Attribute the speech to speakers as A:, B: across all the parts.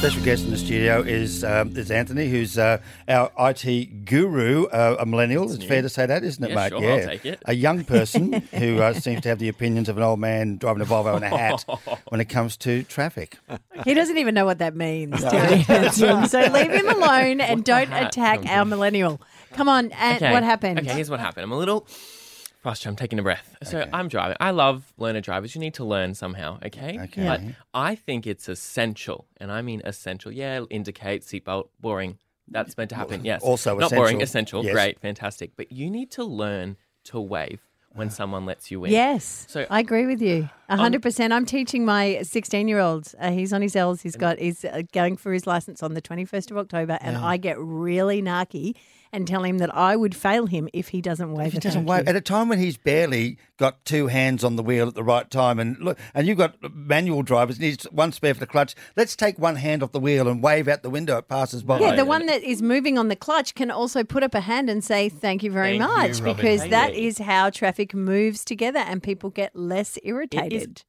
A: Special guest in the studio is um, is Anthony, who's uh, our IT guru, uh, a millennial. it's fair to say that, isn't it,
B: Yeah,
A: mate?
B: sure, I'll take it.
A: a young person who uh, seems to have the opinions of an old man driving a Volvo in a hat when it comes to traffic.
C: He doesn't even know what that means. do we, Anton? so leave him alone and don't
B: hat?
C: attack our millennial. Come on, Ant,
B: Okay.
C: what happened?
B: Okay, here's what happened. I'm a little frustrated. I'm taking a breath. So I'm driving. I love learner drivers. You need to learn somehow, okay?
A: Okay.
B: But I think it's essential, and I mean essential. Yeah, indicate, seatbelt, boring. That's meant to happen. Yes.
A: also
B: Not boring,
A: essential.
B: essential.
A: Yes.
B: Great, fantastic. But you need to learn to wave
A: Ah.
B: when someone lets you in.
C: Yes,
B: So-
C: I agree with you, hundred percent. I'm teaching my 16 year old. Uh, he's on his L's. He's got. He's uh, going for his license on the 21st of October, and I get really narky and tell him that I would fail him if he doesn't wave.
A: He
C: a
A: doesn't
C: thank
A: wave
C: you.
A: at a time when he's barely got two hands on the wheel at the right time, and look, and you've got manual drivers, and he's one spare for the clutch. Let's take one hand off the wheel and wave out the window it passes by.
C: Yeah, the one that is moving on the clutch can also put up a hand and say thank you very
B: Thank
C: much
B: you, Robin.
C: because
B: Thank
C: that
B: you.
C: is how traffic moves together and people get less
B: It is
C: irritated.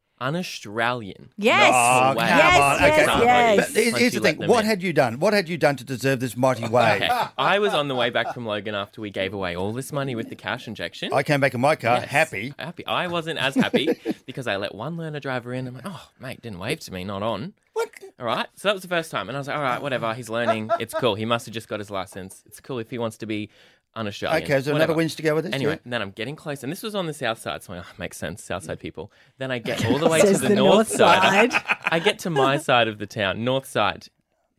B: un-Australian.
C: Yes.
A: Oh,
B: Wow.
A: come
C: Yes,
A: on.
C: yes,
A: okay.
C: yes.
A: But here's-
B: Once
A: here's
B: you
A: the
B: let
A: thing.
B: them
A: What
B: in.
A: had you done? What had you done to deserve this mighty wave?
B: Okay. I was on the way back from Logan after we gave away all this money with the cash injection.
A: I came back in my car
B: Yes.
A: happy.
B: Happy. I wasn't as happy because I let one learner driver in. I'm like, oh, mate, didn't wave to me, not on.
A: What?
B: All right. So that was the first time. And I was like, all right, whatever. He's learning. It's cool. He must have just got his license. It's cool if he wants to be un Australian.
A: Okay, is there another whinge to go with this?
B: Anyway,
A: Yeah.
B: and then I'm getting close. And this was on the south side. So I'm like, oh, makes sense. South side people. Then I get all the way to
C: Says
B: the,
C: the
B: north,
C: north
B: side.
C: side.
B: I get to my side of the town, north side.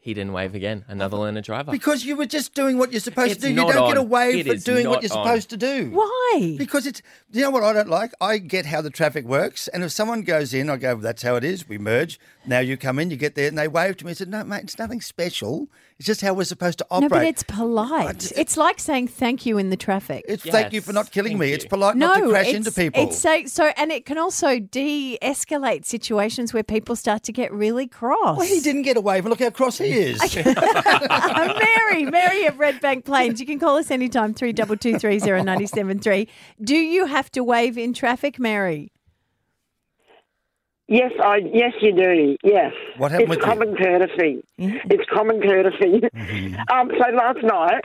B: He didn't wave again. Another learner driver.
A: Because you were just doing what you're supposed
B: It's
A: to do. You
B: not
A: don't get a
B: on.
A: wave
B: It
A: for
B: is
A: doing what
B: not
A: you're
B: on.
A: supposed to do.
C: Why?
A: Because it's you know what I don't like. I get how the traffic works, and if someone goes in, I go, "That's how it is. We merge." Now you come in, you get there, and they wave to me. I said, "No, mate, it's nothing special. It's just how we're supposed to
C: No,
A: operate."
C: but it's polite.
A: just-
C: It's like saying thank you in the traffic.
A: It's thank you
B: Yes,
A: for not killing
B: thank
A: me.
B: you.
A: It's polite
C: no,
A: not to crash
C: it's,
A: into people.
C: It's uh, so, so, and it can also de-escalate situations where people start to get really cross.
A: well, he didn't get a wave. and Look how cross he is.
C: I'm Oh, Mary, Mary of Red Bank Plains. You can call us anytime, 3223097.3. Do you have to wave in traffic, Mary?
D: Yes, I. Yes, you do. Yes.
A: What happened with
D: it's
A: you? Mm-hmm.
D: common courtesy. It's common courtesy. Um, so last night,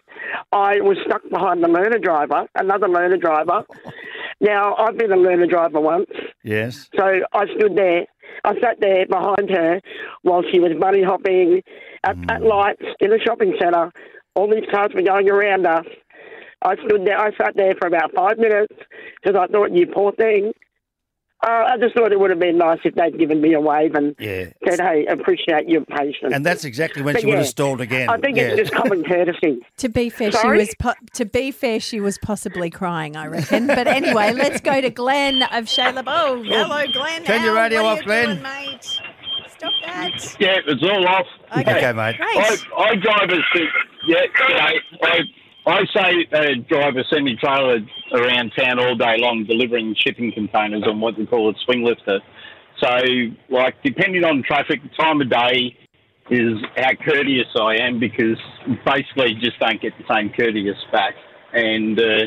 D: I was stuck behind the learner driver, another learner driver. Now I've been a learner driver once,
A: yes.
D: so I stood there. I sat there behind her while she was bunny hopping at, at lights in a shopping centre. All these cars were going around us. I stood there. I sat there for about five minutes because I thought, "You poor thing." Uh, I just thought it would have been nice if they'd given me a wave and
A: Yeah.
D: said, "Hey, appreciate your patience."
A: And that's exactly when
D: But
A: she would have
D: yeah,
A: stalled again.
D: I think
A: Yeah.
D: it's just common courtesy.
C: To be fair,
D: Sorry?
C: she was po- to be fair, she was possibly crying, I reckon. But anyway, let's go to Glenn of Shayla. Oh, hello, Glenn.
A: Turn your
C: How-
A: radio
C: what are
A: off,
C: you
A: Glenn.
C: doing, mate. Stop that.
E: Yeah, it's all off.
A: Okay, mate.
E: I,
C: Great.
E: I drive a se- yeah, yeah, I, I say uh, drive a semi trailer around town all day long, delivering shipping containers on what they call a swing lifter. So, like, depending on traffic, time of day is how courteous I am because basically you just don't get the same courteous back. And uh,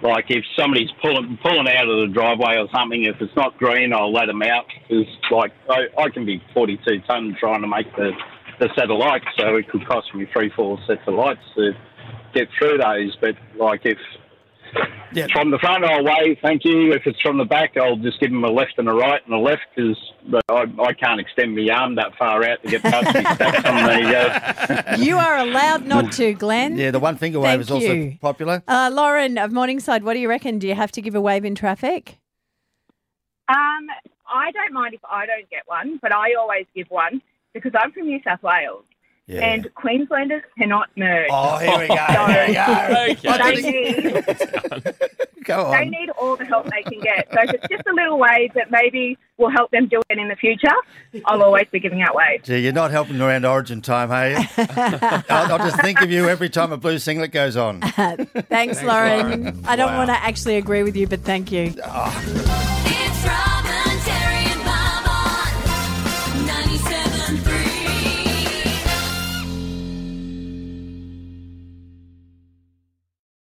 E: like, if somebody's pulling pulling out of the driveway or something, if it's not green, I'll let them out. Because like, I, I can be 42 ton trying to make the the set of lights, so it could cost me three, four sets of lights to get through those. But like, if
A: Yeah.
E: from the front, I'll wave, thank you. If it's from the back, I'll just give them a left and a right and a left because I, I can't extend my arm that far out to get past the stacks on the. Uh,
C: You are allowed not to, Glenn.
A: Yeah, the one finger wave
C: Thank
A: is also
C: you.
A: popular.
C: Uh, Lauren of Morningside, what do you reckon? Do you have to give a wave in traffic?
F: Um, I don't mind if I don't get one, but I always give one because I'm from New South Wales
A: Yeah.
F: and Queenslanders cannot merge.
A: oh, here we go. Here we go.
B: Okay.
A: I
F: They
A: didn't-
F: need,
A: Go
F: they
A: on.
F: need all the help they can get. So if it's just a little wave that maybe will help them do it in the future, I'll always be giving out waves.
A: Gee, you're not helping around Origin time, are you? I'll, I'll just think of you every time a blue singlet goes on.
C: Thanks, Lauren. I don't
A: Wow.
C: want to actually agree with you, but thank you.